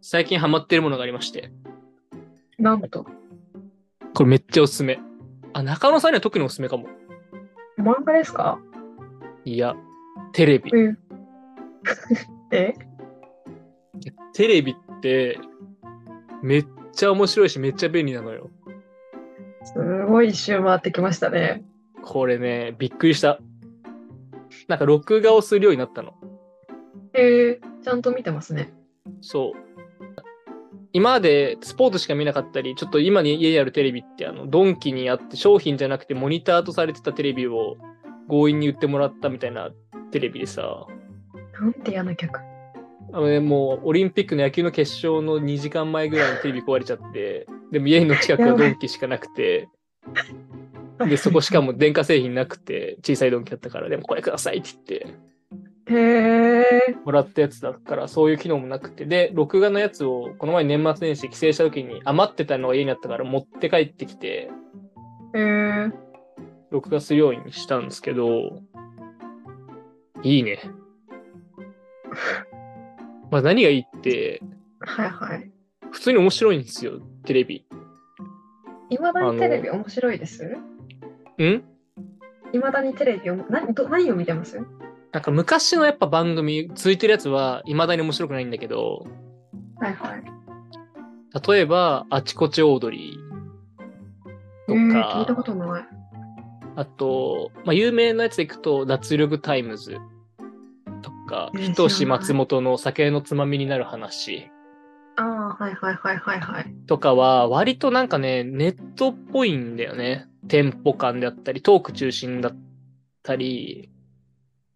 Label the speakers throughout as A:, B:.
A: 最近ハマってるものがありまして、
B: なんと、
A: これめっちゃおすすめ。あ、中野さんには特におすすめかも。
B: 漫画ですか
A: いや、テレビ。
B: え え
A: テレビって、めっちゃ面白いし、めっちゃ便利なのよ。
B: すごい一周回ってきましたね。
A: これね、びっくりした。なんか録画をするようになったの。
B: へえちゃんと見てますね。
A: そう。今までスポーツしか見なかったり、ちょっと今に家にあるテレビって、あの、ドンキにあって商品じゃなくてモニターとされてたテレビを強引に売ってもらったみたいなテレビでさ、
B: なんて嫌な客。
A: あのね、もうオリンピックの野球の決勝の2時間前ぐらいにテレビ壊れちゃって、でも家の近くはドンキしかなくて、で、そこしかも電化製品なくて、小さいドンキだったから、でもこれくださいって言って、
B: へえ
A: もらったやつだから、そういう機能もなくて、で、録画のやつを、この前年末年始帰省した時に余ってたのが家にあったから持って帰ってきて、
B: へえ
A: 録画するようにしたんですけど、いいね。まあ何がいいって、
B: はいはい。
A: 普通に面白いんですよ、テレビ。
B: いまだにテレビ面白いです
A: ん
B: いまだにテレビを、何ど何を見てます
A: なんか昔のやっぱ番組、続いてるやつは未だに面白くないんだけど、
B: はいはい。
A: 例えば、あちこちオードリ
B: え
A: ーと
B: ー、聞いた
A: か、
B: ことない。
A: あと、まあ、有名なやつでいくと、脱力タイムズとか、
B: えー
A: ひと
B: 知
A: し
B: らない
A: 松本の酒のつまみになる話
B: ああ、はいはいはいはいはい。
A: とかは、割となんかね、ネットっぽいんだよね。テンポ感であったり、トーク中心だったり、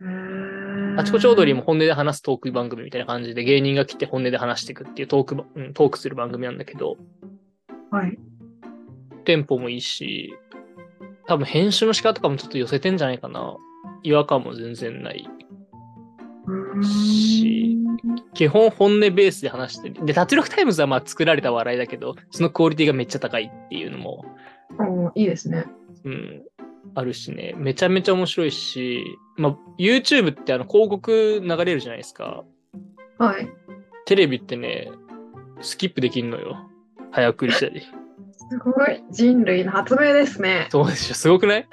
B: うーん
A: あちこちオードリーも。本音で話すトーク番組みたいな感じで、芸人が来て本音で話していくっていうトークば、うん、トークする番組なんだけど、
B: はい。
A: テンポもいいし、多分編集の仕方とかもちょっと寄せてんじゃないかな。違和感も全然ない。
B: うーん
A: し基本本音ベースで話してる。で、脱力タイムズはまあ作られた笑いだけど、そのクオリティがめっちゃ高いっていうのも、
B: おーいいですね。
A: うん、あるしね。めちゃめちゃ面白いし、まあ YouTube ってあの広告流れるじゃないですか。
B: はい。
A: テレビってね、スキップできんのよ。早送りしたり。
B: すごい。人類の発明ですね。
A: そうでしょ、すごくない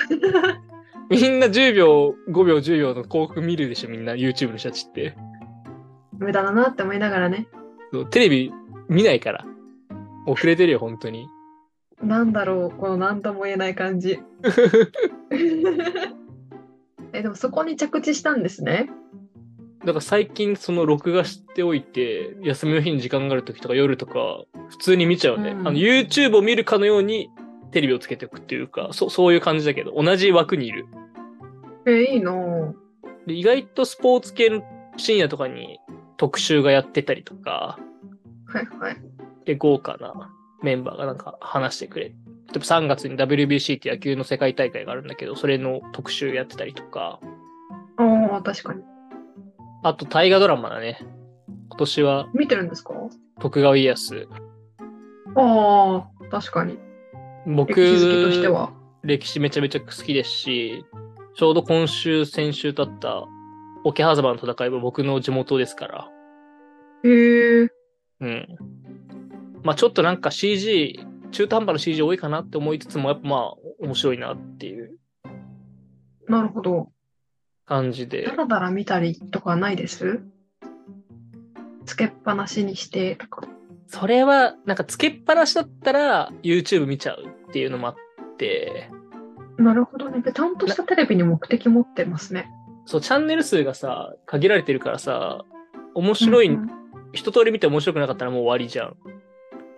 A: みんな10秒、5秒、10秒の広告見るでしょ、みんな YouTube の人たちって。
B: 無駄だなって思いながらね。
A: そうテレビ見ないから。遅れてるよ、本当に。
B: なんだろう、この何とも言えない 感じ。え、でもそこに着地したんですね。
A: だから最近、その録画しておいて、休みの日に時間がある時とか夜とか、普通に見ちゃうね。
B: うん
A: あの YouTube を見るかのように、テレビをつけておくっていうか、そそういう感じだけど、同じ枠にいる。
B: え、いいの
A: で意外とスポーツ系の深夜とかに特集がやってたりとか、
B: はいはい。
A: で、豪華なメンバーがなんか話してくれ。例えば3月に WBC って野球の世界大会があるんだけど、それの特集やってたりとか、
B: ああ、確かに。
A: あと大河ドラマだね。今年は
B: 見てるんですか
A: 徳川家康。
B: ああ、確かに。
A: 僕、
B: え気づきとしては。
A: 歴史めちゃめちゃ好きですし、ちょうど今週、先週だった桶狭間の戦いは僕の地元ですから、
B: へえ。
A: うん。まあちょっとなんか CG、中途半端な CG 多いかなって思いつつも、やっぱまあ面白いなっていう
B: なるほど。
A: 感じで
B: だ。らだら見たりとかないですつけっぱなしにしてとか。
A: それは、なんかつけっぱなしだったら YouTube 見ちゃうっていうのもあって、
B: なるほどね。でちゃんとしたテレビに目的持ってますね。
A: そう、チャンネル数がさ、限られてるからさ、面白い、
B: うんうん
A: 一通り見て面白くなかったらもう終わりじゃん。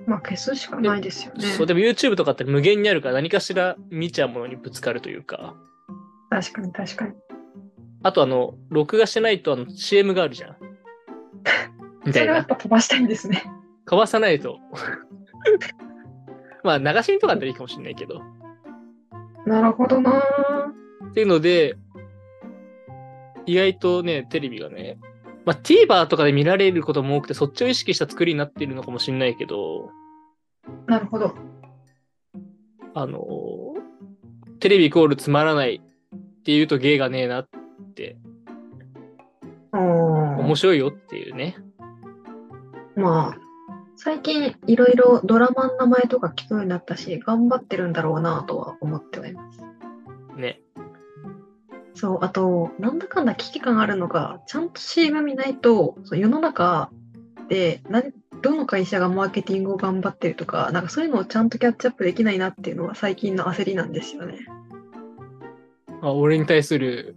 B: まあ消すしかないですよね。
A: そう、でも YouTube とかって無限にあるから何かしら見ちゃうものにぶつかるというか、
B: 確かに確かに。
A: あとあの、録画してないとあの CM がある じゃん。み
B: そ
A: たい
B: れはやっ
A: な。
B: ぱ飛ばしたいんですね。
A: かわさないと。 まあ、流し見とかだったらいいかもしれないけど。
B: なるほどなぁ。
A: っていうので、意外とね、テレビがね、まあ、TVer とかで見られることも多くて、そっちを意識した作りになっているのかもしれないけど、
B: なるほど。
A: あのーテレビイコールつまらないっていうと芸がねえなって、
B: あー
A: 面白いよっていうね。
B: まあ、最近いろいろドラマの名前とか聞くようになったし、頑張ってるんだろうなとは思ってはいます。
A: ね。
B: そう、あと、なんだかんだ危機感あるのが、ちゃんと CM 見ないと、そう世の中で何、どの会社がマーケティングを頑張ってるとか、なんかそういうのをちゃんとキャッチアップできないなっていうのは最近の焦りなんですよね。
A: あ、俺に対する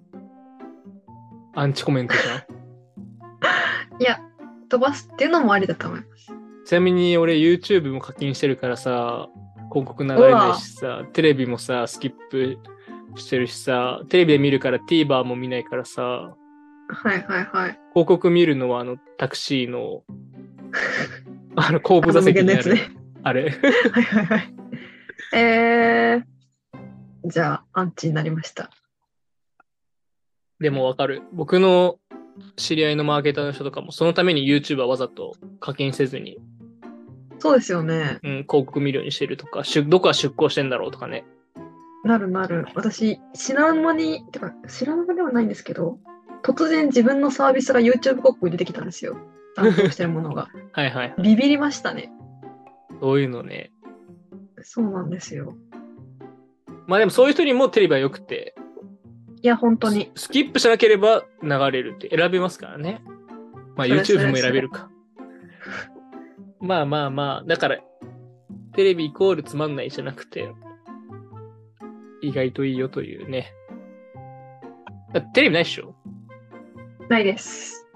A: アンチコメントじゃん。
B: いや、飛ばすっていうのもありだと思います。
A: ちなみに俺 YouTube も課金してるからさ、広告流れないしさ、テレビもさ、スキップしてるしさ、テレビで見るから TVer も見ないからさ、
B: はいはいはい。
A: 広告見るのはあのタクシー の、あの後部座席にあ
B: あの無限
A: る
B: のやつね。
A: あれ。
B: はいはいはい。えー、じゃあ、アンチになりました。
A: でもわかる。僕の知り合いのマーケターの人とかも、そのために YouTube はわざと課金せずに、
B: そうですよね。
A: うん、広告見るようにしてるとか、出どこが出向してんだろうとかね。
B: なるなる。私、知らん間に、てか、知らん間ではないんですけど、突然自分のサービスが YouTube 広告に出てきたんですよ。担当してる ものが。
A: はいはい。
B: ビビりましたね。
A: そういうのね。
B: そうなんですよ。
A: まあでもそういう人にもテレビは良くて、
B: いや、本当に。
A: ススキップしなければ流れるって選べますからね。まあ
B: それ
A: YouTube も選べるか。 まあまあまあ、だから、テレビイコールつまんないじゃなくて、意外といいよというね。だってテレビないっしょ
B: ないです。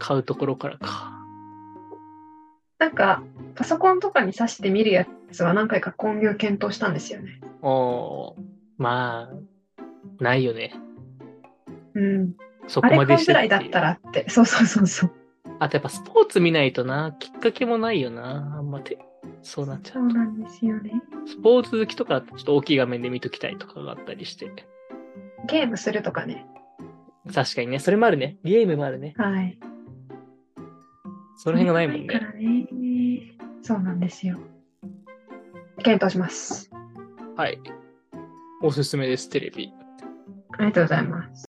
A: 買うところからか。
B: なんか、パソコンとかに挿して見るやつは何回か購入検討したんですよね。
A: おーまあ、ないよね。
B: うん。
A: そ
B: あ
A: こまで
B: れ買う
A: して
B: ぐ
A: って
B: ら
A: い
B: いうだったらって。そうそうそうそう。
A: あとやっぱスポーツ見ないとな、きっかけもないよな。あんまて、そうなっちゃ
B: そうう
A: と。
B: なんですよね。
A: スポーツ好きとか、ちょっと大きい画面で見ときたいとかがあったりして。
B: ゲームするとかね。
A: 確かにね、それもあるね。ゲームもあるね。
B: はい。
A: その辺がないもん
B: か
A: ね。
B: らね。そうなんですよ。検討します。
A: はい。おすすめです、テレビ。
B: ありがとうございます。